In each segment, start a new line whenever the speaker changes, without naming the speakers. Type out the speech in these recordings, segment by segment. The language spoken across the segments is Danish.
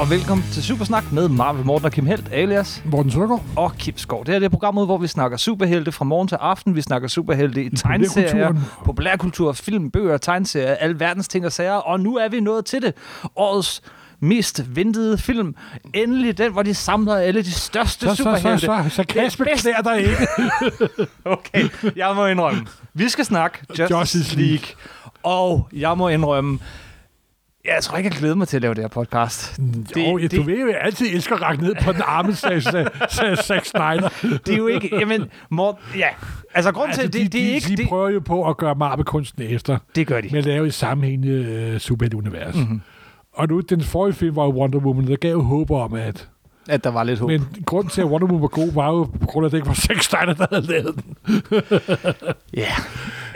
og velkommen til Supersnak med Marvel Morten og Kim Helt, alias
Morten Søgaard.
og Kip Skov. Det her det er programmet, hvor vi snakker superhelte fra morgen til aften. Vi snakker superhelte i tegneserier,
populærkulturen.
populærkultur, film, bøger, tegneserier, alverdens ting og sager. Og nu er vi nået til det. Årets mest ventede film. Endelig den, hvor de samler alle de største
Så, så, så,
superhelte.
så, så Kasper
bedst.
knærer dig ikke.
Okay, jeg må indrømme. Vi skal snakke Justice,
Justice
League.
League.
League. Og jeg må indrømme, jeg tror ikke, jeg glæder mig til at lave det her podcast. Det,
Mm, jo,
det,
du ved jo, jeg altid elsker at række ned på den arme, sagde, sagde, sagde Zack Snyder.
det er jo ikke... Jamen, Morten, ja. Altså, grund til,
Altså,
altså, det, det, er ikke...
de, de
Det,
prøver jo på at gøre Marvel-kunsten efter,
det gør de.
med at lave et sammenhængende øh, superhelt-univers.
Mm. Mhm.
Mm-hmm. Og nu, den forrige film var jo Wonder Woman, der gav jo håb om, at...
At der var lidt håb. Men,
Men grunden til, at Wonder Woman var god, var jo på grund af, at det ikke var Zack Snyder, der havde lavet den.
ja.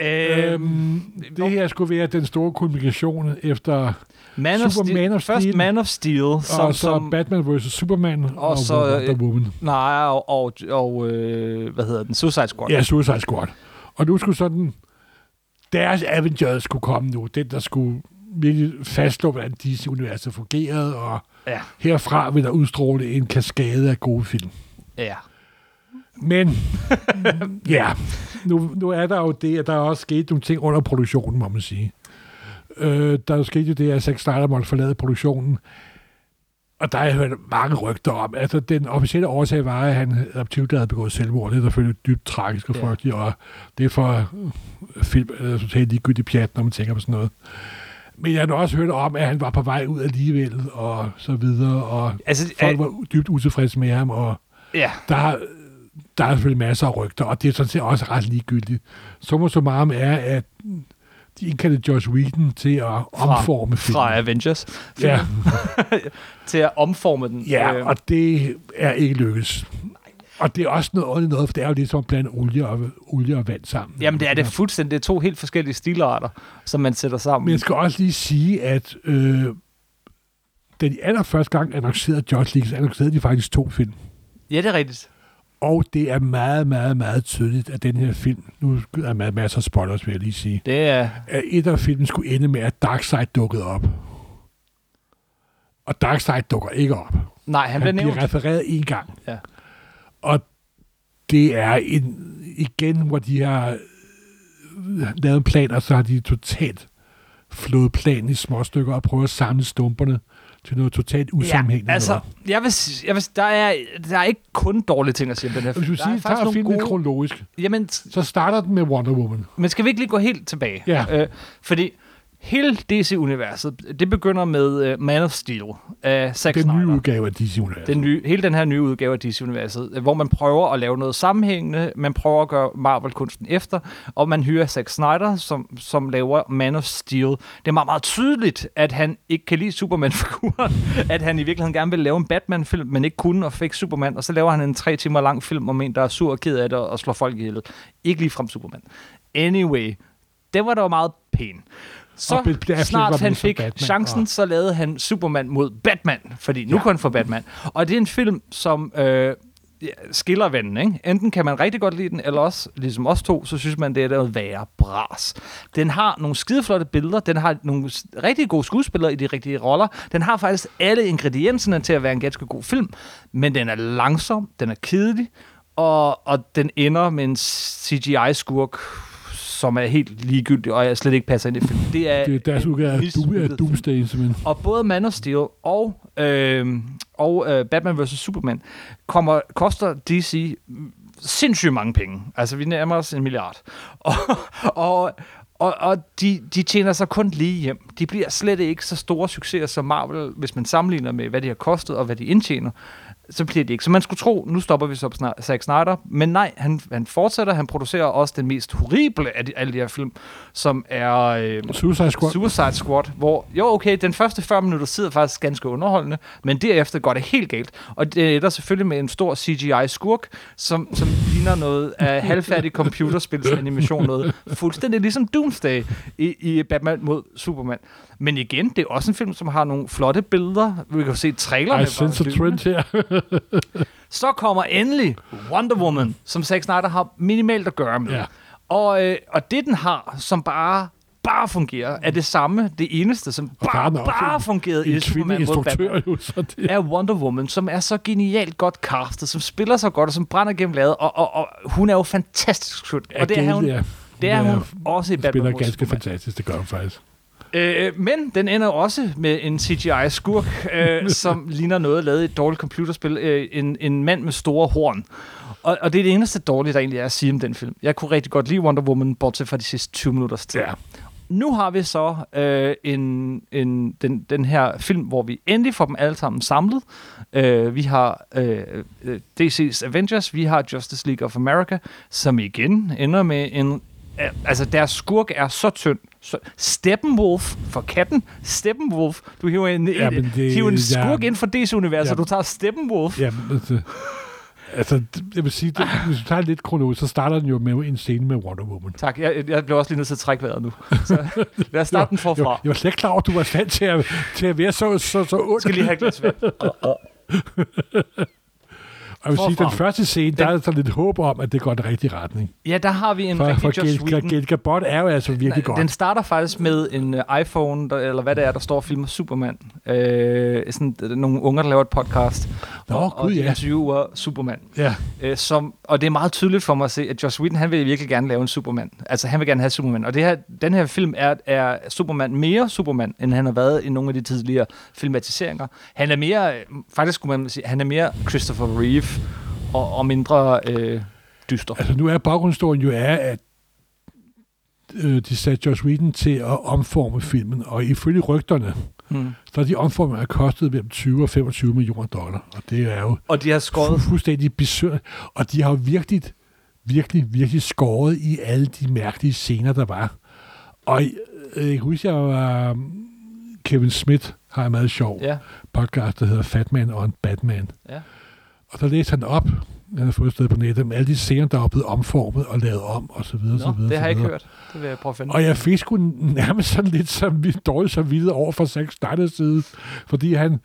Øhm,
Øhm,
det her skulle være den store kulmination efter
Man of
Super Man
Steel,
of
først
Steel.
Man of Steel, som...
og så
som
Batman vs. Superman og, og
så,
så, Wonder
øh,
Woman.
nej, og, og, og øh, hvad hedder den? Suicide Squad.
Ja, Suicide Squad. Og nu skulle sådan, deres Avengers skulle komme nu. Den, der skulle virkelig fastslå, hvordan DC-universet fungerede, og
Ja.
herfra vil der udstråle en kaskade af gode film.
ja.
Men, ja, nu, nu er der jo det, at der er også sket nogle ting under produktionen, må man sige. Øh, der er jo sket jo det, at Zack Snyder måtte forlade produktionen. Og der har jeg hørt mange rygter om. Altså, den officielle årsag var, at han adoptivt havde begået selvmord. Det er selvfølgelig dybt tragisk og
Ja.
frygteligt, og det er for øh, film, øh, totalt ligegyldigt pjat, når man tænker på sådan noget. Men jeg har nu også hørt om, at han var på vej ud alligevel, og så videre, og
Altså,
folk
øh,
var dybt utilfredse med ham, og
ja.
der, er- der er selvfølgelig masser af rygter, og det er sådan set også ret ligegyldigt. Summa summarum er, at de indkaldte Josh Whedon til at omforme filmen.
Fra Avengers.
ja,
Til at omforme den.
ja,
Øhm,
og det er ikke lykkedes. Og det er også noget ordentligt noget, for det er jo lidt som at blande olie og, olie og vand sammen.
Jamen, det er det fuldstændig. Det er to helt forskellige stilarter, som man sætter sammen.
Men jeg skal også lige sige, at øh, da de allerførste gang annoncerede Josh League, så annoncerede de faktisk to film.
Ja, det er rigtigt.
Og det er meget, meget, meget tydeligt, at den her film, nu er der masser af spoilers, vil jeg lige sige,
Det er...
at et af filmen skulle ende med, at Darkseid dukkede op. Og Darkseid dukker ikke op.
Nej, han,
Han
blev
bliver
nævnt.
refereret en gang.
Ja.
Og det er en, igen, hvor de har øh, lavet en plan, og så har de totalt flået planen i små stykker og prøvet at samle stumperne til noget totalt usammenhængende.
altså,
noget.
jeg vil, s- jeg vil, s- der, er, der er ikke kun dårlige ting at sige om den her
hvis
film.
du
Der er
siger, tager
faktisk
filmen
nogle
gode...
gode...
kronologisk,
Jamen, s-
så starter den med Wonder Woman.
men skal vi ikke lige gå helt tilbage?
Ja.
Øh, fordi hele DC-universet, det begynder med øh, Man of Steel af Zack
Den nye
Snyder.
udgave af DC-universet.
Den nye, hele den her nye udgave af DC-universet, øh, hvor man prøver at lave noget sammenhængende, man prøver at gøre Marvel-kunsten efter, og man hyrer Zack Snyder, som, som laver Man of Steel. Det er meget, meget tydeligt, at han ikke kan lide Superman-figuren, at han i virkeligheden gerne vil lave en Batman-film, men ikke kunne og fik Superman, og så laver han en tre timer lang film om en, der er sur og ked af det og slår folk ihjel. Ikke ligefrem Superman. Anyway, det var da meget pæn. Så
Og Bill Affleck var
snart
med
han
som
fik
Batman,
chancen,
og-
så lavede han Superman mod Batman, fordi nu ja.
Ja.
kun for Batman. Og det er en film, som øh, ja, skiller vandet, ikke? Enten kan man rigtig godt lide den, eller også, ligesom os to, så synes man, det er noget værre bras. Den har nogle skideflotte billeder, den har nogle s- rigtig gode skuespillere i de rigtige roller, den har faktisk alle ingredienserne til at være en ganske god film, men den er langsom, den er kedelig, og, og den ender med en CGI-skurk, som er helt ligegyldig, og jeg slet ikke passer ind i filmen. Det er,
Det er deres
øh, en
udgave af Doom- af
mislykket film.
Doomsday, simpelthen.
Og både Man of Steel og, øh, og øh, Batman vs. Superman kommer, koster DC sindssygt mange penge. Altså, vi nærmer os en milliard. Og, og, og, og de, de tjener sig kun lige hjem. De bliver slet ikke så store succeser som Marvel, hvis man sammenligner med, hvad de har kostet og hvad de indtjener. Så bliver det ikke. Så man skulle tro, nu stopper vi så på Sna- Zack Snyder. Men nej, han, han fortsætter. Han producerer også den mest horrible af de, alle de her film, som er... Øh,
Suicide Squad.
Suicide Squad, hvor, jo okay, den første 40 minutter sidder faktisk ganske underholdende, men derefter går det helt galt. Og det ender selvfølgelig med en stor CGI-skurk, som, som ligner noget af halvfærdig computerspilsanimation, noget fuldstændig ligesom Doomsday i, i Batman mod Superman. Men igen, det er også en film, som har nogle flotte billeder. Vi kan jo se trailerne.
I
var
sense a
lynende.
trend her.
Så kommer endelig Wonder Woman, som Zack Snyder har minimalt at gøre med.
Ja.
Og, øh, og det, den har, som bare bare fungerer, er det samme, det eneste, som
Og der er
bare,
den også
bare
en-
fungerede i
en
Superman mod
kvindeinstruktør
Batman,
jo, så det
er Wonder Woman, som er så genialt godt castet, som spiller så godt, og som brænder gennem ladet, og, og, og hun er jo fantastisk skøn. Og det er hun,
ja.
det er
Ja,
hun også i
Hun
Batman
spiller
mod
ganske
Superman.
fantastisk, det gør hun faktisk.
Øh, men den ender også med en CGI-skurk, øh, som ligner noget lavet i et dårligt computerspil. Øh, en, en mand med store horn. Og, og det er det eneste dårlige, der egentlig er at sige om den film. Jeg kunne rigtig godt lide Wonder Woman, bortset fra de sidste 20 minutters tid.
Ja.
Nu har vi så øh, en, en, den, den her film, hvor vi endelig får dem alle sammen samlet. Øh, vi har øh, øh, DC's Avengers, vi har Justice League of America, som igen ender med en... Øh, altså, deres skurk er så tynd. Så Steppenwolf for katten. Steppenwolf. Du hiver en,
Ja,
ja,
men det-
hiver en
ja.
skurk ind for DC-universet,
Ja.
og du tager Steppenwolf.
Ja, altså, altså, det- jeg vil sige,
Ah.
det, hvis du tager lidt kronologisk, så starter den jo med en scene med Wonder Woman.
Tak, jeg, jeg blev også lige nødt til at trække vejret nu. Så lad os starte den forfra.
Jeg, jeg var slet ikke klar over, at du var i stand til at, til at være så, så, så ond.
Jeg skal lige have et glas vand.
Og jeg vil sige,
forfra.
den første scene, der er der lidt håb om, at det går i den rigtige retning.
Ja, der har vi en
For,
rigtig
for
Joss Whedon.
Gail, Gail Gadot er jo altså virkelig
Den
godt.
starter faktisk med en øh, iPhone, der, eller hvad det er, der står og filmer Superman. Øh, sådan, øh, nogle unger, der laver et podcast,
Nå,
og, og
gud,
de
ja.
interviewer Superman.
Ja,
Øh, som, og det er meget tydeligt for mig at se, at Joss Whedon, han vil virkelig gerne lave en Superman. Altså, han vil gerne have Superman. Og det her, den her film er, er Superman mere Superman, end han har været i nogle af de tidligere filmatiseringer. Han er mere, øh, faktisk skulle man sige, han er mere Christopher Reeve, og, og mindre øh, dyster.
altså nu er baggrundsstolen jo er, at øh, de satte Joss Whedon til at omforme filmen, og ifølge rygterne,
Mm.
så er de omformninger kostet mellem 20 og 25 millioner dollar, og det er jo
Og de har skåret
Fu- fuldstændig besøg. Og de har jo virkelig, virkelig, virkelig skåret i alle de mærkelige scener, der var. Og jeg, jeg kan huske, jeg var... um, Kevin Smith har en meget sjov ja.
Ja,
podcast, der hedder Fat Man og en Batman.
ja.
Og der læste han op, jeg havde fået et sted på nettet, med alle de scener, der er blevet omformet og lavet om, og så videre, så
Nå,
videre,
det
så
har jeg ikke
videre.
hørt. Det vil jeg prøve at finde.
Og jeg fik sgu nærmest sådan lidt som dårligt så vidt over for Zack Snyder's side, fordi han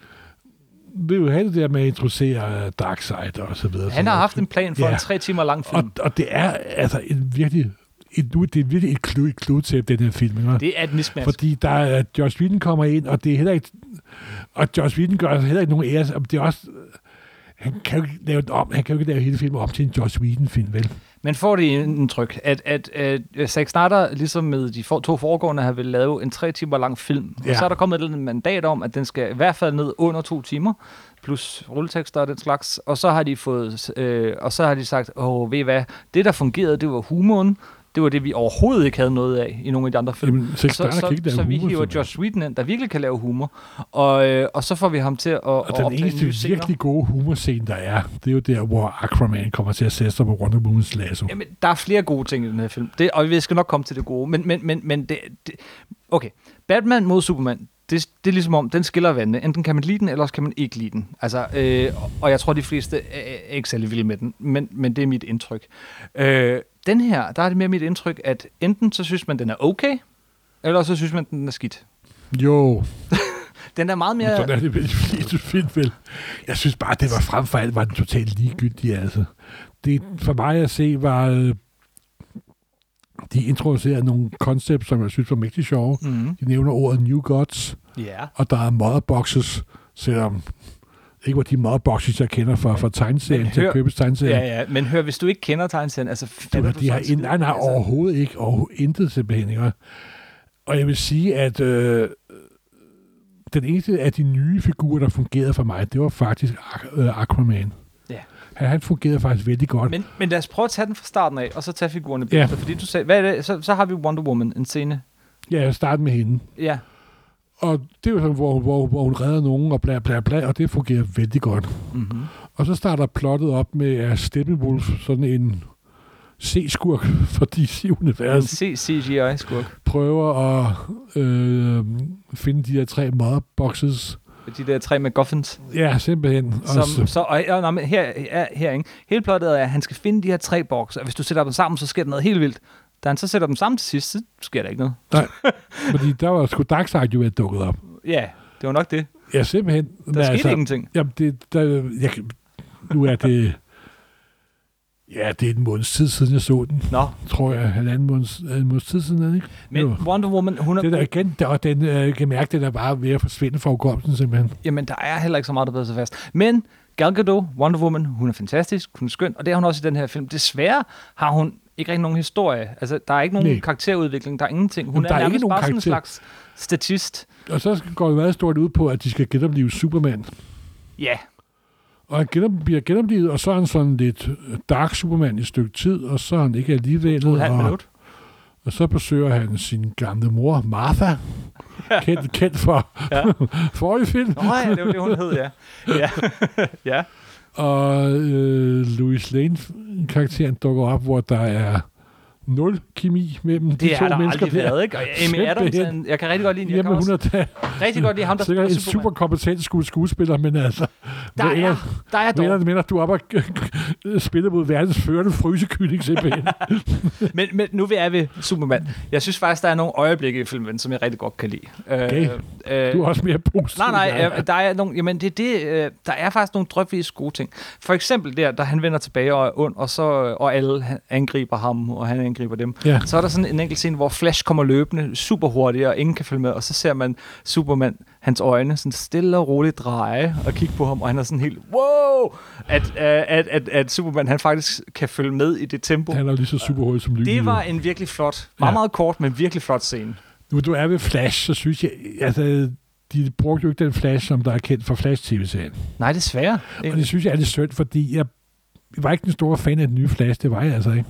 vil jo have det der med at introducere øh, Darkseid og så videre.
Han
så
har
videre.
haft en plan for
Ja.
en tre timer lang film.
Og, og det er altså en virkelig, et, nu, det er virkelig et klud, et klud til den her film. Ikke?
Det er et mismatch.
Fordi der er, Josh Whedon kommer ind, og det er heller ikke, og Josh Whedon gør altså heller ikke nogen æres, det er også, han kan jo ikke lave den om, han kan jo ikke lave hele filmen om til en Josh Whedon-film, vel?
Man får det indtryk, at, at, at øh, Zack Snyder, ligesom med de for, to foregående, har vil lave en tre timer lang film. Ja.
Ja.
Og så er der kommet et mandat om, at den skal i hvert fald ned under to timer, plus rulletekster og den slags. Og så har de fået, øh, og så har de sagt, åh, ved I hvad, det der fungerede, det var humoren. Det var det, vi overhovedet ikke havde noget af i nogle af de andre film.
Jamen, Zack
så,
Snyder kan ikke
så,
lave
så vi
humor,
hiver
simpelthen.
Josh Whedon ind, der virkelig kan lave humor, og, øh, og så får vi ham til at, at
Og den
opdage
eneste
nye scener.
virkelig gode humorscene, der er, det er jo der, hvor Aquaman kommer til at sætte sig på Wonder Woman's lasso.
Jamen, der er flere gode ting i den her film, det, og vi skal nok komme til det gode, men, men, men, men det, det, okay, Batman mod Superman, det, det er ligesom om, den skiller vandene. Enten kan man lide den, eller også kan man ikke lide den. Altså, øh, og jeg tror, de fleste er, er ikke særlig vilde med den, men, men det er mit indtryk. Øh, den her, der er det mere mit indtryk, at enten så synes man, den er okay, eller så synes man, den er skidt.
Jo,
Den er meget
ja.
mere...
sådan er det vel i fleste film, vel? Jeg synes bare, det var frem for alt, var den totalt ligegyldig, altså. Det for mig at se, var... øh, De introducerede nogle koncepter, som jeg synes var mægtig sjove.
Mm-hmm.
De nævner ordet New Gods,
Ja.
og der er motherboxes, selvom ikke var de motherboxes, jeg kender fra, fra tegneserien
Men
til
hør-
at købe tegneserien.
Ja, ja, men hør, hvis du ikke kender tegneserien, altså...
Det
fatter
var,
du
de
så
har
en
ind,
skid?
nej, nej,
Altså,
overhovedet ikke. Og intet simpelthen. Ikke? Og jeg vil sige, at øh, den eneste af de nye figurer, der fungerede for mig, det var faktisk Aqu- øh, Aquaman.
Ja.
Han, han fungerede faktisk vældig godt.
Men, men lad os prøve at tage den fra starten af, og så tage figurerne.
Ja.
Ja. Fordi du sagde, hvad er det? Så, så har vi Wonder Woman, en scene.
Ja, jeg startede med hende.
Ja,
Og det er jo sådan, hvor, hvor, hvor hun redder nogen, og bla bla bla, og det fungerer vældig godt.
mm-hmm.
Og så starter plottet op med at Steppenwolf, sådan en C-skurk for
en
DC-universet,
C- CGI-skurk.
prøver at øh, finde de der tre motherboxes,
De der tre MacGuffins.
Ja, simpelthen. Og
Som,
så,
så, og, og, nå, men her, her, her, ikke? Hele plottet er, at han skal finde de her tre bokser, og hvis du sætter dem sammen, så sker der noget helt vildt. Da han så sætter dem sammen til sidst, så sker der ikke noget.
fordi der var sgu Darkseid jo været dukket op.
Ja, det var nok det.
Ja, simpelthen. Altså,
Der skete ingenting.
Jamen, det, der, jeg, kan- nu er det... Ja, det er en måneds tid siden, jeg så den.
Nå,
Tror jeg, halvanden måneds, en måneds tid siden, er det ikke?
men
Jo.
Wonder Woman, hun er,
Det der igen, der, og den øh, kan mærke, det der bare er ved at forsvinde fra hukommelsen simpelthen.
jamen, der er heller ikke så meget, der bedre sig fast. Men Gal Gadot, Wonder Woman, hun er fantastisk, hun er skøn, og det er hun også i den her film. Desværre har hun ikke rigtig nogen historie. Altså, der er ikke nogen
Nej.
karakterudvikling, der er ingenting. Hun
Jamen,
er
der er ikke
nærmest
nogen
bare sådan en
karakter.
slags statist.
Og så går det meget stort ud på, at de skal genopleve Superman.
Ja,
Og han genop, bliver genoplevet, og så er han sådan lidt øh, dark Superman i et stykke tid, og så er han ikke alligevel.
en halv
Og,
minut.
og så besøger han sin gamle mor, Martha, kendt, kendt for
Ja.
forrige film.
Nå ja, det var det, hun hed, ja. Ja, ja.
Og øh, Louis Lane-karakteren dukker op, hvor der er nul kemi mellem de
Det
to
er der
mennesker
aldrig været, ikke? Og Amy Adams,
Simpelthen.
han, jeg kan rigtig godt lide hende. Jeg
Jamen,
kan
hun
også
er da
rigtig godt lide ham, der
sikkert
spiller
en
Superman.
super kompetent sku- skuespiller, men altså...
Der
hvad
er,
ellers-
der er
Mener,
dog.
mener, du er op og spiller mod verdens førende frysekylling simpelthen.
Men, men nu er vi Superman. Jeg synes faktisk, der er nogle øjeblikke i filmen, som jeg rigtig godt kan lide. Øh,
Okay.
øh,
Du er også mere positiv.
Nej,
end jeg
nej,
er.
øh, der er nogle, jamen det, er det, øh, der er faktisk nogle drøbvis gode ting. For eksempel der, da han vender tilbage og er ond, og, så, øh, og alle han- angriber ham, og han angriber dem.
Ja.
Så er der sådan en enkelt scene, hvor Flash kommer løbende super hurtigt, og ingen kan følge med, og så ser man Superman, hans øjne, sådan stille og roligt dreje og kigge på ham, og han er sådan helt, wow, at, øh, at, at, at Superman, han faktisk kan følge med i det tempo.
Han er jo lige så super hurtig som lykken.
Det var en virkelig flot, meget,
Ja.
meget kort, men virkelig flot scene.
Nu du er ved Flash, så synes jeg... Altså, de brugte jo ikke den Flash, som der er kendt fra Flash-tv-serien.
Nej, desværre.
Og det synes jeg er lidt synd, fordi jeg var ikke den store fan af den nye Flash, det var jeg altså ikke.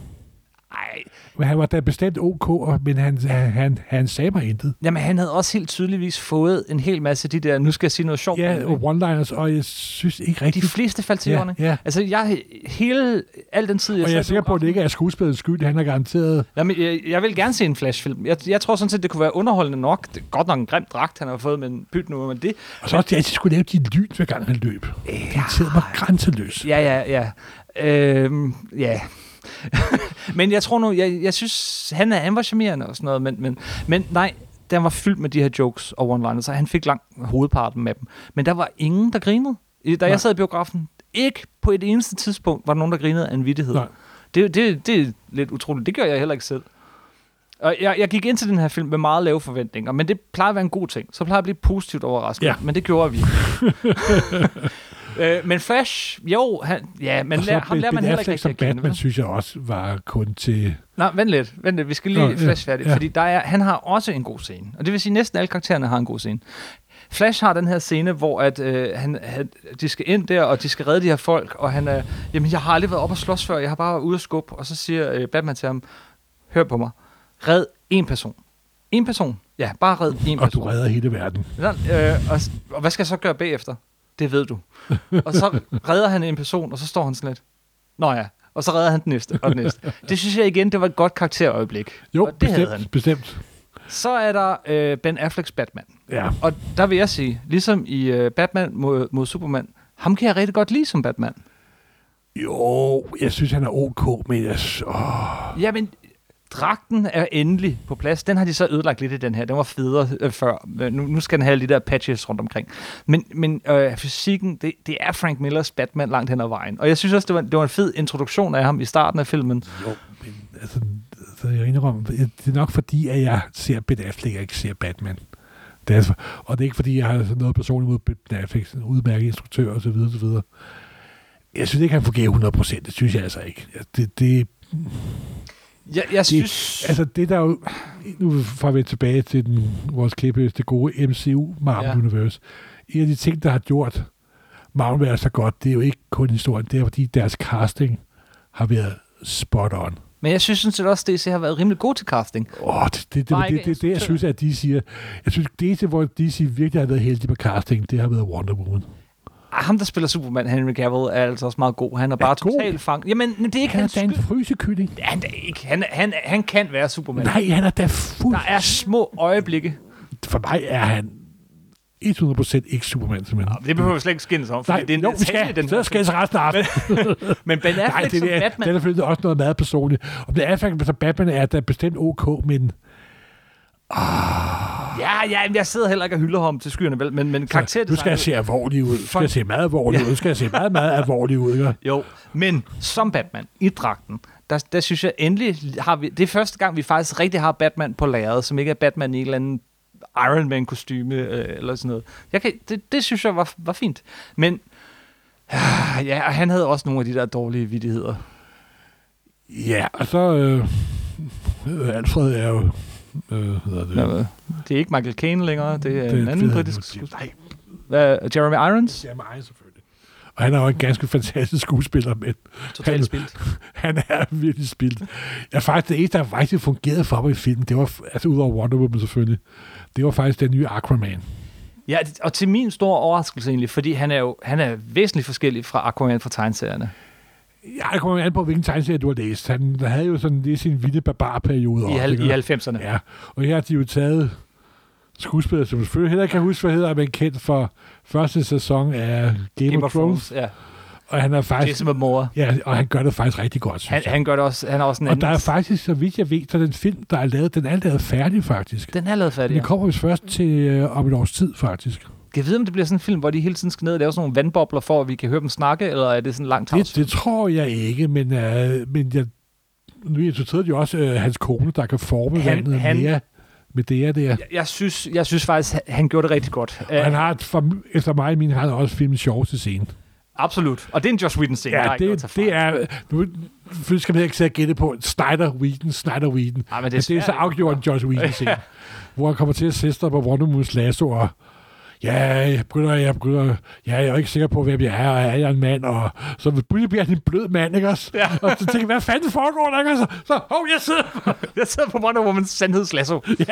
Ej,
Men han var da bestemt ok, og- men han, han, han, han sagde mig intet.
Jamen, han havde også helt tydeligvis fået en hel masse af de der, nu skal jeg sige noget sjovt.
Ja,
øh,
og one-liners, og jeg synes ikke
de
rigtig...
fleste faldt til jorden.
ja,
ikke?
ja.
Altså, jeg, hele, al den tid, jeg
Og jeg er
sad
sikker på, at det ikke er skuespillets skyld, han har garanteret.
Jamen, jeg, jeg vil gerne se en flashfilm. Jeg, jeg tror sådan set, det kunne være underholdende nok. Det er godt nok en grim dragt, han har fået, men pyt nu, men det...
Og så også, at de skulle lave de lyn, hver gang han løb. Ja. De irriterede mig grænseløs.
Ja, ja, ja. Øhm, ja. men jeg tror nu, jeg, jeg synes, han, er, han var charmerende og sådan noget, men, men, men nej, den var fyldt med de her jokes og one-liners, så han fik langt hovedparten af dem. Men der var ingen, der grinede. I- Da
Nej.
jeg sad i biografen, ikke på et eneste tidspunkt var der nogen, der grinede af en vittighed.
Nej.
Det, det, det er lidt utroligt. Det gør jeg heller ikke selv. Og jeg, jeg gik ind til den her film med meget lave forventninger, men det plejer at være en god ting. Så plejer jeg at blive positivt overrasket,
Ja.
men det gjorde vi. øh, men Flash, jo, han, ja, men
og så
lær, ham
Ben-
lærer man
Ben
heller ikke
Affleck
rigtig
som
at kende.
Batman,
vel?
synes jeg også var kun til...
Nå, vent lidt, vent lidt. Vi skal lige
Nå, ja,
Flash færdig,
ja.
fordi der er, han har også en god scene. Og det vil sige, at næsten alle karaktererne har en god scene. Flash har den her scene, hvor at, øh, han, han, de skal ind der, og de skal redde de her folk, og han er, jamen jeg har aldrig været op og slås før, jeg har bare været ude og skubbe, og så siger øh, Batman til ham, hør på mig, red en person. En person. Ja, bare red en
Og du
person.
redder hele verden.
Nå, øh, og, s- og hvad skal jeg så gøre bagefter? Det ved du. Og så redder han en person, og så står han sådan lidt. Nå ja, og så redder han den næste, og den næste. Det synes jeg igen, det var et godt karakterøjeblik.
Jo,
og det havde han.
bestemt, bestemt.
Så er der øh, Ben Afflecks Batman.
Ja.
Og der vil jeg sige, ligesom i øh, Batman mod, mod Superman, ham kan jeg rigtig godt lide som Batman.
Jo, jeg synes, han er ok, men jeg... s- Åh,
Jamen, dragten er endelig på plads. Den har de så ødelagt lidt i den her. Den var federe øh, før. Øh, Nu, nu skal den have alle de der patches rundt omkring. Men, men øh, fysikken, det, det er Frank Millers Batman langt hen ad vejen. Og jeg synes også, det var, det var en fed introduktion af ham i starten af filmen.
jo, men altså, altså, jeg indrømmer, det er nok fordi, at jeg ser Ben Affleck, og ikke ser Batman. Det er, altså- og det er ikke fordi, jeg har noget personligt mod Ben Affleck, sådan en udmærket instruktør osv. videre. Jeg synes ikke, han fungerer 100%, det synes jeg altså ikke. Det, det,
Jeg, jeg synes...
Altså det der jo, nu får vi tilbage til den, vores kæphøst, det gode MCU, Marvel
Ja.
ja. Universe. En af de ting, der har gjort Marvel være så godt, det er jo ikke kun historien, det er fordi deres casting har været spot on.
Men jeg synes sådan set også, at DC har været rimelig god til casting.
Åh, det, det, det,
Bare
det,
ikke
det, det, det, jeg synes, at de siger, jeg synes, det, hvor de siger virkelig har været heldige med casting, det har været Wonder Woman.
Ah, ham, der spiller Superman, Henry Cavill, er altså også meget god. Han er bare
god?
totalt fanget. Jamen, det er ikke
Han er
hans
da en
skyld.
frysekylling.
Det er Han, da ikke. Han, han, han kan være Superman.
Nej, han er da fuld.
Der er små øjeblikke.
For mig er han 100% ikke Superman, simpelthen.
Det behøver vi slet ikke skændes om, for
Nej,
det er en
jo, vi
detalje,
skal.
den her
så skal jeg resten af aftenen.
Men Ben Affleck
Nej, det,
som
det, er,
Batman,
det er selvfølgelig også noget meget altså personligt. Og Ben Affleck som Batman er da bestemt ok, men
Ja, ja, men jeg sidder heller ikke og hylder ham til skyerne, vel? Men, men
Nu skal jeg
karakterdesignet...
se alvorlig ud. Nu skal jeg se meget alvorlig ud. Nu skal jeg se meget, meget alvorlig ud. Ikke?
Jo, men som Batman i dragten, der, der synes jeg endelig har vi... Det er første gang, vi faktisk rigtig har Batman på lærredet, som ikke er Batman i en eller anden Iron Man kostume øh, eller sådan noget. Jeg kan, det, det synes jeg var, var fint. Men ah, ja, og han havde også nogle af de der dårlige vidtigheder.
Ja, og så... Øh, øh, Alfred er jo... Øh, hvad hedder det?
Nå, Det er ikke Michael Caine længere, det er
Det-
det, en anden
det-
britisk
det-
skuespiller. Nej. Uh, Jeremy Irons?
Jamen, ej, selvfølgelig. Og han er jo en ganske fantastisk skuespiller, men
Totalt
Han-
spildt.
han er virkelig spildt. Jeg faktisk det eneste, der rigtig fungerede for mig i filmen, det var, f- altså udover Wonder Woman selvfølgelig, det var faktisk den nye Aquaman.
Ja, det- og til min store overraskelse egentlig, fordi han er jo han er væsentligt forskellig fra Aquaman fra tegneserierne.
Jeg kommer an på, hvilken tegneserie du har læst. Han havde jo sådan lidt sin vilde barbarperiode.
I,
også,
hal-
ikke?
i 90'erne. Ja.
Ja, og her har de jo taget skuespillere, som selvfølgelig heller ikke kan huske, hvad hedder, men kendt for første sæson af Game,
Game of Thrones, ja.
Og han er faktisk...
Jason Momoa.
Ja, og han gør det faktisk rigtig godt, synes
Han,
jeg.
han gør det også, han har også en
Og der
anden...
er faktisk, så vidt jeg ved, så den film, der er lavet, den er lavet færdig faktisk.
Den er lavet færdig.
Men
Ja.
den kommer vist først til øh, om et års tid, faktisk.
Kan jeg vide, om det bliver sådan en film, hvor de hele tiden skal ned og lave sådan nogle vandbobler for, at vi kan høre dem snakke, eller er det sådan en lang
Det,
tavs?
det tror jeg ikke, men, øh, men jeg, nu introducerede de også øh, hans kone, der kan forme
Han-
vandet
han- øh.
mere med det her der. Ja.
Jeg synes, jeg synes faktisk, han- han gjorde det rigtig godt.
Og han
Uh,
har, et- for, efter mig og min, har han også filmet sjoveste scene.
absolut. Og det er en Josh Whedon-scene. der
Ja,
er ikke noget at
det,
tage fra.
det er... Nu selvfølgelig skal man ikke sidde og gætte på Snyder Whedon, Snyder Whedon.
Ej, men det er
Men det er
svært,
så
ikke?
afgjort en Josh Whedon scene, hvor han kommer til at sætte sig på Wonder Woman's lasso og Ja, jeg begynder, jeg begynder, ja, jeg er jo ikke sikker på, hvem jeg er, og er jeg en mand, og så pludselig bliver han en blød mand, ikke også? Ja. Og så tænker jeg, hvad fanden foregår der, ikke også? Så, hov, jeg sidder!
Jeg sidder på Wonder Woman's sandhedslasso.
ja,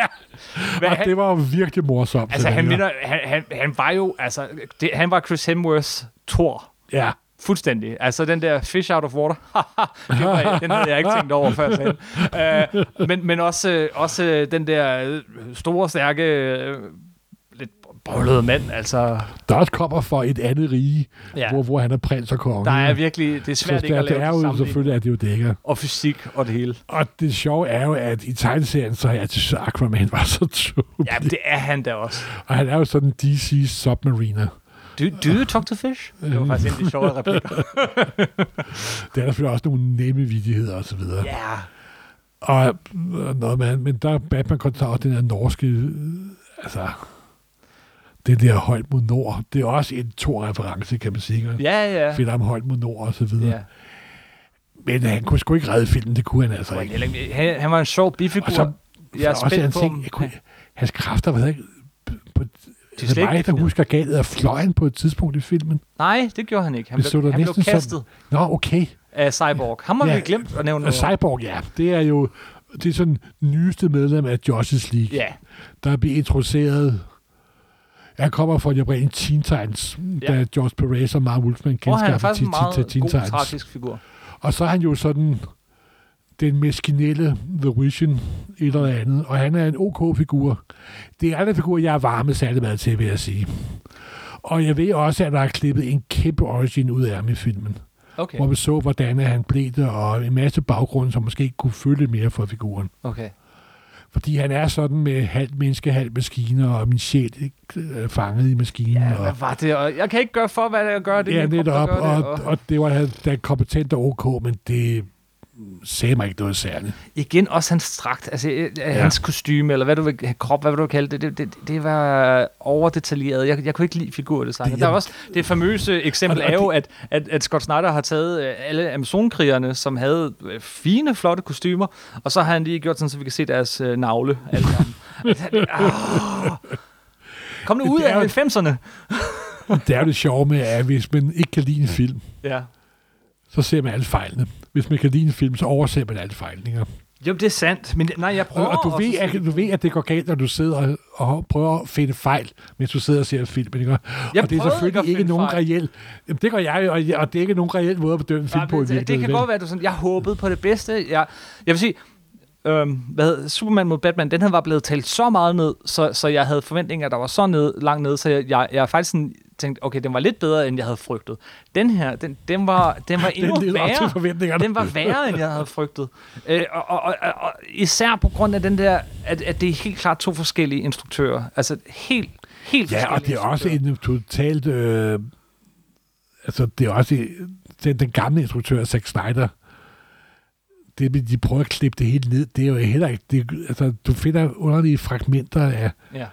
Hvad
og
han-
det var jo virkelig morsomt.
Altså,
det
han,
der.
minder, han, han, han var jo, altså, det, han var Chris Hemsworths Thor.
Ja,
Fuldstændig. Altså, den der fish out of water, det var, den havde jeg ikke tænkt over før. jeg sagde den. Øh, men, men også, øh, også øh, den der øh, store, stærke, øh, lidt bollede mand, altså,
der også kommer fra et andet rige, ja.
Ja.
hvor, hvor han er prins og konge.
der er virkelig, det er
Mm. så
svært ikke
der,
at
det
lave
er jo
det samme.
selvfølgelig, at det jo dækker.
Og fysik og det hele.
Og det sjove er jo, at i tegneserien, så har jeg synes, at Aquaman var så tåbelig.
Ja, det er han da også.
Og han er jo sådan DC's submariner.
Do, do you talk to fish? Det var faktisk en af de sjove replikker.
Der er der selvfølgelig også nogle nemme vidigheder og så videre.
Ja, yeah.
Og, og noget med, men der er Batman kun tager også den her norske, øh, altså, det der højt mod nord. Det er også en to reference, kan man sige. Ja.
ja, ja.
Fedt om højt mod nord og så videre.
ja.
Ja. Men han kunne sgu ikke redde filmen, det kunne han altså
Han,
ikke.
han, han var en sjov bifigur.
Og så-
jeg er
Og også
spændt
han
på,
ting,
om-
jeg kunne, hans kræfter var ikke... På,
er
det
slet
er mig,
ikke
der husker galt, at fløj han på et tidspunkt i filmen.
Nej, det gjorde han ikke. Han,
Det så
blev,
der
han blev
næsten som-
kastet som...
Nå, okay.
af Cyborg. Ham har
Ja.
vi glemt at nævne
Og
noget.
Cyborg, ja, det er jo det er sådan nyeste medlem af Justice League,
Ja,
der bliver introduceret. Jeg kommer fra en oprindelige Teen Titans,
Ja.
da George Perez og Mark Wolfman
hvor han er
kendskabte
faktisk
til,
en meget
til, til Teen
god,
Titans.
tragisk figur.
Og så er han jo sådan den meskinelle The Vision, et eller andet, og han er en ok figur. Det er alle figurer, jeg er varme særlig meget til, vil jeg sige. Og jeg ved også, at der er klippet en kæmpe origin ud af ham i filmen,
Okay,
hvor vi så, hvordan han blev det, og en masse baggrund, som måske ikke kunne følge mere for figuren.
okay.
Fordi han er sådan med halvt menneske, halvt maskine, og min sjæl ikke, øh, fanget i maskinen.
Ja,
og,
hvad var det? Og jeg kan ikke gøre for, hvad jeg gør. Det er
ja,
min krop, der
netop.
gør
Og,
det,
og, og det var han- da kompetent og ok, men det sagde mig ikke noget særligt.
Igen også hans strakt, altså øh, hans kostyme, eller hvad du vil, krop, hvad vil du kalde det, det, det, det var overdetaljeret. Jeg, jeg kunne ikke lide figurdesign.
Det-
Det, der er også det famøse eksempel
Og- og
er jo, at, at, at Scott Snyder har taget øh, alle Amazon-krigerne, som havde øh, fine, flotte kostymer, og så har han lige gjort sådan, så vi kan se deres øh, navle. Alle sammen. Altså, det- ah. Kom nu
Det
ud
er jo-
af 90'erne.
Det er jo det sjove med, at hvis man ikke kan lide en film,
Ja.
så ser man alle fejlene. Hvis man kan lide en film, så overser man alle fejlene.
Jo, det er sandt, men nej, jeg prøver
Og, og du,
også
ved,
at-
at, du ved, at det går galt, når du sidder og, og prøver at finde fejl, mens du sidder og ser filmen. Ikke?
Jeg
og det er
prøvede ikke at
selvfølgelig ikke
finde
nogen
fejl.
reel... Jamen, det gør jeg, jo, og, jeg- og det er ikke nogen reel måde at bedømme en film
Nej,
på i
men det- Det
virkeligheden,
kan
vel?
godt være, at du sådan, jeg håbede på det bedste. Jeg, jeg vil sige, øhm, hvad hed, Superman mod Batman, den her var blevet talt så meget ned, så, så jeg havde forventninger, der var så ned, langt ned, så jeg, jeg, jeg faktisk sådan tænkte, okay, den var lidt bedre, end jeg havde frygtet. Den her, den, den, var, den var endnu
levede op til
værre.
forventningerne.
Den var værre, end jeg havde frygtet. Øh, og, og, og, og, og især på grund af den der, at, at det er helt klart to forskellige instruktører. Altså helt, helt
Ja, og
forskellige
det er også
instruktører.
en totalt... Øh, altså, det er også en- den, den gamle instruktør, Zack Snyder. Det, med, de prøver at klippe det helt ned, det er jo heller ikke... Det, altså, du finder underlige fragmenter af
Ja.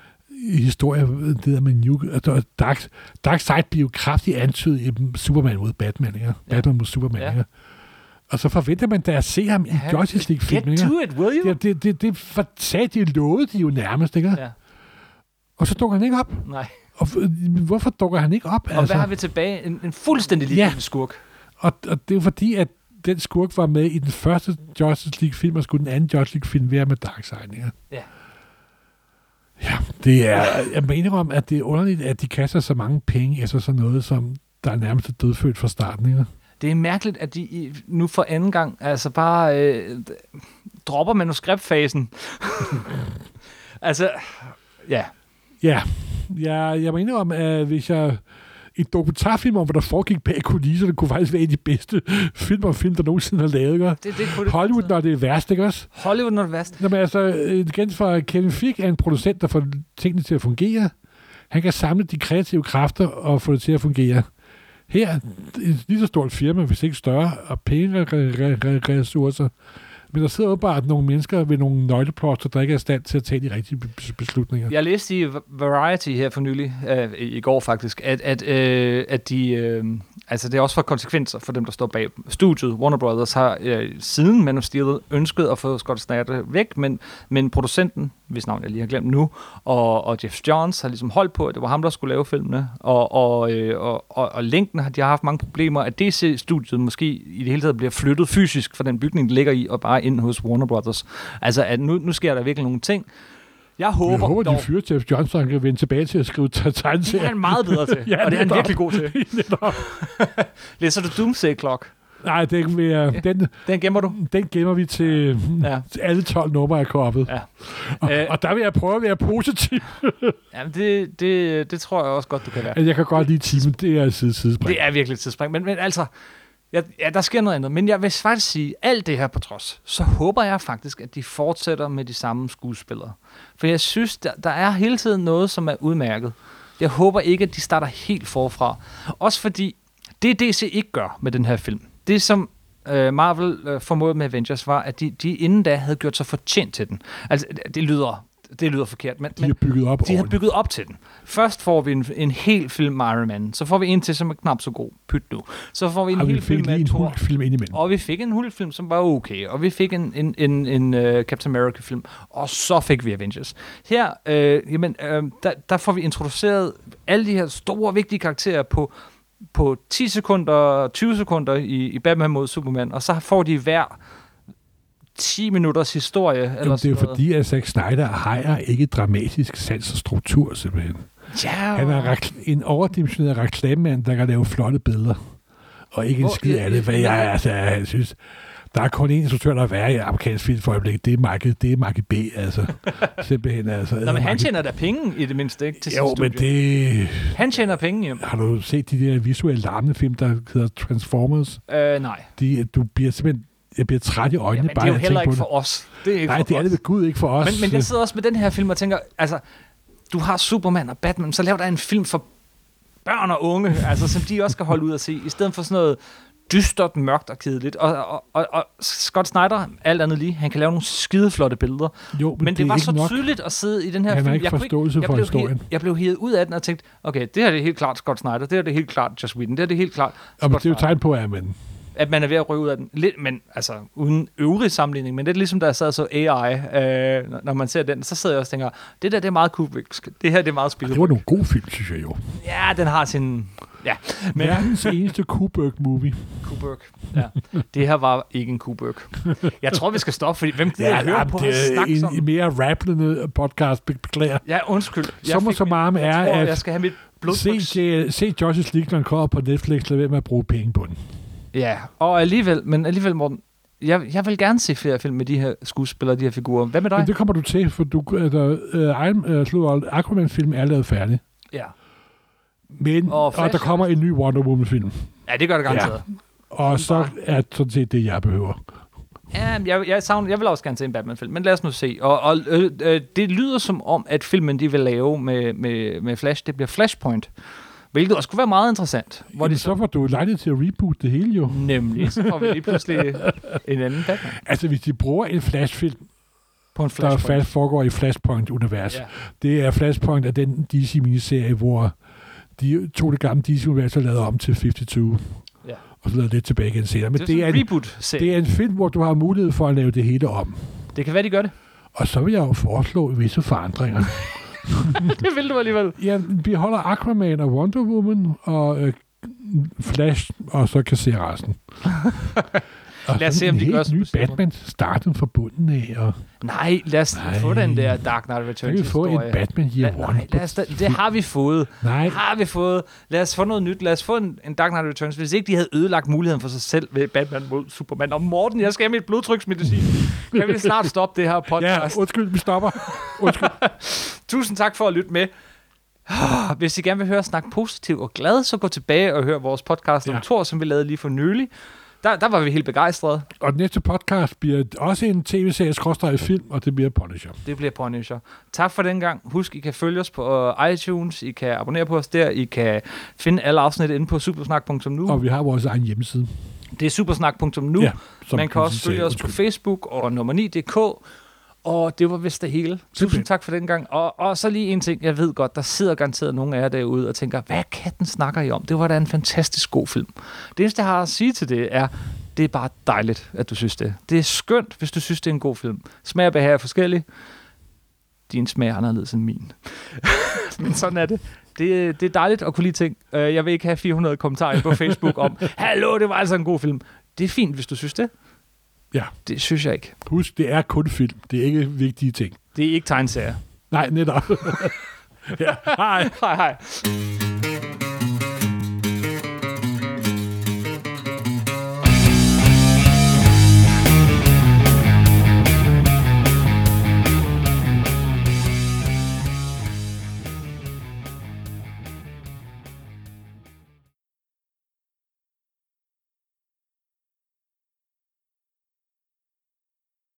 i historier, det der med New... Altså, Dark, Dark Side bliver jo kraftigt antydet i Superman mod Batman, ikke? Batman mod Superman,
Ja.
ja. ikke? Og så forventer man da at se ham i
Ja,
Justice League-filmen,
Get
ikke?
to it, will you?
Ja, det, det, det, for sat, de lovede de jo nærmest, ikke?
Ja.
Og så dukker han ikke op.
Nej.
Og f- hvorfor dukker han ikke op?
Og altså, hvad har vi tilbage? En, en fuldstændig
Ja.
ligegyldig skurk.
og, og det er jo fordi, at den skurk var med i den første Justice League-film, og skulle den anden Justice League-film være med Darkseid. ikke?
Ja.
Ja, det er... Jeg mener om, at det er underligt, at de kaster så mange penge efter sådan noget, som der er nærmest er dødfødt fra starten. Ikke?
Det er mærkeligt, at de i- nu for anden gang altså bare øh, d- dropper manuskriptfasen. altså, ja.
Ja, jeg, jeg mener om, at hvis jeg... En dokumentarfilm om, hvad der foregik bag kulisserne, kunne faktisk være en af de bedste film og film, der nogensinde har lavet. Ikke?
Det, det kunne det.
Hollywood, når det er værst, ikke også?
Hollywood når det værst.
Nå, men altså, øh, igen fra Kevin Fick er en producent, der får tingene til at fungere. Han kan samle de kreative kræfter og få det til at fungere. Her, et lige så stort firma, hvis ikke større, og penge og re- re- re- ressourcer. Men der sidder åbenbart nogle mennesker ved nogle nøgleploster, der ikke er i stand til at tage de rigtige be- beslutninger.
Jeg læste i Va- Variety her for nylig, øh, i i går faktisk, at, at, øh, at de... Øh, altså, det er også for konsekvenser for dem, der står bag dem. studiet. Warner Brothers har øh, siden Man of Steel ønsket at få Scott Snyder væk, men, men producenten, hvis navn jeg lige har glemt nu, og, og Jeff Johns har ligesom holdt på, at det var ham, der skulle lave filmene, og, og, øh, og, og, og længden har de har haft mange problemer, at DC-studiet måske i det hele taget bliver flyttet fysisk fra den bygning, det ligger i, og bare ind hos Warner Brothers. Altså, at nu, nu sker der virkelig nogle ting. Jeg håber,
jeg håber,
dog,
de fyrer Jeff Johnson han kan vende tilbage til at skrive te-
det er
tegneserier.
han meget bedre til,
Ja,
ja, og det er han
netop.
virkelig god til. Læser du Doomsday Clock?
Nej, det vil jeg, den,
Den gemmer du?
den gemmer vi til
Ja.
alle 12 numre af koppet.
Ja.
Og,
Øh.
og der vil jeg prøve at være positiv.
Jamen, det, det, det tror jeg også godt, du kan være.
Altså, jeg kan godt lide timen. Det er side sidespring.
Det er virkelig et tidsspring, men, men altså, ja, ja, der sker noget andet. Men jeg vil faktisk sige, alt det her på trods, så håber jeg faktisk, at de fortsætter med de samme skuespillere. For jeg synes, der, der er hele tiden noget, som er udmærket. Jeg håber ikke, at de starter helt forfra. Også fordi, det DC ikke gør med den her film, det som øh, Marvel øh, formåede med Avengers, var, at de, de inden da havde gjort sig fortjent til den. Altså, det lyder, det lyder forkert, men,
De
men
er bygget op
de har
ordentligt.
bygget op til den. Først får vi en, en hel film med Iron Man, så får vi en til, som er knap så god. Pyt nu. Så får vi en
Har vi
hel
fik
film
lige
med
en
Thor.
hul film ind imellem.
Og vi fik en hulfilm, som var okay. Og vi fik en, en, en, en uh, Captain America-film. Og så fik vi Avengers. Her, øh, jamen, øh, der, der får vi introduceret alle de her store, vigtige karakterer på, på 10 sekunder, 20 sekunder i, i Batman mod Superman. Og så får de hver 10 minutters historie. Eller
Jamen, det er jo
sådan noget.
fordi, at Zack Snyder har ikke dramatisk sans og struktur, simpelthen.
Ja,
Han er rekl- en overdimensioneret reklamemand, der kan lave flotte billeder. Og ikke en
Hvor-
skid af det, hvad jeg, altså, jeg synes. Der er kun én instruktør, der er værre i amerikansk film for øjeblikket. Det er Michael, det er Michael B, altså. Simpelthen, altså.
Nå, men han tjener da penge i det mindste, ikke? Til sit
Jo, men
studie.
det...
Han tjener penge hjem. Øh,
Har du set de der visuelle larmende film, der hedder Transformers?
Øh, nej.
De, du bliver simpelthen... Jeg bliver træt i øjnene,
Jamen, det
bare
er jo
af at
heller
tænke
ikke
på det.
for os. Det er ikke
Nej,
for
det er
os.
det ved Gud ikke for os.
Men, men jeg sidder også med den her film og tænker, altså, du har Superman og Batman, så lav der en film for børn og unge, altså, som de også kan holde ud at se, i stedet for sådan noget dystert, mørkt og kedeligt. Og, og, og, og Scott Snyder, alt andet lige, han kan lave nogle skideflotte billeder.
Øh, jo,
Men, men det, det var
ikke
så
nok.
tydeligt at sidde i den her
Han har
film.
ikke
kunne
forståelse
jeg
for
blev
historien.
Helt, jeg blev hævet ud af den og tænkte, okay, det her det er helt klart Scott Snyder, det her det er helt klart Joss Whedon, det her det er helt klart
Og
Scott
det er jo
Snyder."
tegn på, at man...
at man er ved at ryge ud af den. Lidt, men altså uden øvrig sammenligning, men det er ligesom, da jeg sad og så AI, øh, når- når man ser den, så sidder jeg også og tænker, det der det er meget kubiksk, det her det er meget
Det var
spillet.
nogle gode film, synes jeg jo.
Ja, den har sin... Ja,
Men...
men
Verdens eneste Kubrick-movie.
Kubrick. Ja. Det her var ikke en Kubrick. Jeg tror, vi skal stoppe, fordi hvem gider ja, høre på at
det er
snakke
en
sådan?
mere rappende podcast, be- beklager.
Ja, undskyld. Jeg
Summa
fik-
summarum
jeg
er,
tror,
at
jeg skal have mit blodtryks.
Se, J- se Josh's League, når han kommer på Netflix, lad være med at bruge penge på den.
Ja, og alligevel, men alligevel, Morten, jeg, jeg vil gerne se flere film med de her skuespillere, de her figurer. Hvad med dig?
Men det kommer du til, for du, altså, uh, Iron, uh, slutter, Aquaman-film er lavet færdig.
Ja.
Men,
Og
og, og der
Flash-
kommer en ny Wonder Woman-film.
ja, det gør det garanteret.
Og så er det sådan set det, jeg behøver.
Ja, jeg, jeg, savner, jeg vil også gerne se en Batman-film, men lad os nu se. Og, og øh, øh, det lyder som om, at filmen, de vil lave med, med, med Flash, det bliver Flashpoint. Hvilket også kunne være meget interessant. Hvor
Hvor
de
det
så
så var du lejlighed til at reboot det hele jo.
nemlig, så får vi lige pludselig en anden Batman
Altså, hvis de bruger en flashfilm,
på en
der
Flashpoint.
fast altså, foregår i Flashpoint-universet,
Ja.
Det er Flashpoint af den DC-miniserie, hvor de tog det gamle DC-univers og lavede om til 52,
Ja.
og så lavede lidt tilbage igen senere. Men
Men
det,
det er
er
en
en,
reboot serie
det
det,
er en film, hvor du har mulighed for at lave det hele om.
det kan være, de gør det.
Og så vil jeg jo foreslå visse forandringer.
det vil du alligevel.
ja, vi holder Aquaman og Wonder Woman og øh, Flash, og så kan se resten. Og
Lad os
sådan
se, om
en
de
helt
gør, som
ny
du siger.
Batman starten fra bunden af, og
Nej, lad os
Nej.
få den der Dark Knight Returns
så kan vi få en
historie.
Batman Year
La-
One.
nej, lad os da, det har vi fået.
Nej,
Har vi fået. Lad os få noget nyt. Lad os få en, en Dark Knight Returns, hvis ikke de havde ødelagt muligheden for sig selv ved Batman mod Superman. Og Morten, jeg skal have mit blodtryksmedicin. Kan vi snart stoppe det her
ja,
podcast? Ja.
undskyld, vi stopper. Undskyld.
Tusind tak for at lytte med. Ah, Hvis I gerne vil høre os snakke positivt og glad, så gå tilbage og hør vores podcast ja.
Ja.
om Thor, som vi lavede lige for nylig. Der, der var vi helt begejstrede.
Og den næste podcast bliver også en tv-serie film, og det bliver Punisher.
Det bliver Punisher. Tak for den gang. Husk, I kan følge os på øh, iTunes. I kan abonnere på os der. I kan finde alle afsnit inde på supersnak.nu.
Og vi har vores egen hjemmeside.
Det er supersnak.nu.
Ja,
Uh.
som
Man kan også
Punisher
følge os på
undskyld.
Facebook og nummer 9.dk. Og det var vist det hele. Tusind
Simpelthen.
tak for den gang. Og, og så lige en ting. Jeg ved godt, der sidder garanteret nogle af jer derude og tænker, hvad katten snakker I om? Det var da en fantastisk god film. Det eneste, jeg har at sige til det, er, det er bare dejligt, at du synes det. Det er skønt, hvis du synes, det er en god film. Smag og behag er forskellige. Din smag er anderledes end min. Men sådan er det. det. Det er dejligt at kunne lide ting. Øh, Jeg vil ikke have 400 kommentarer inde på Facebook om, hallo, det var altså en god film. Det er fint, hvis du synes det.
Ja.
Det synes jeg ikke.
Husk, det er kun film. Det er ikke vigtige ting.
Det er ikke tegneserier.
Nej, netop. ja, hej.
Hej hej.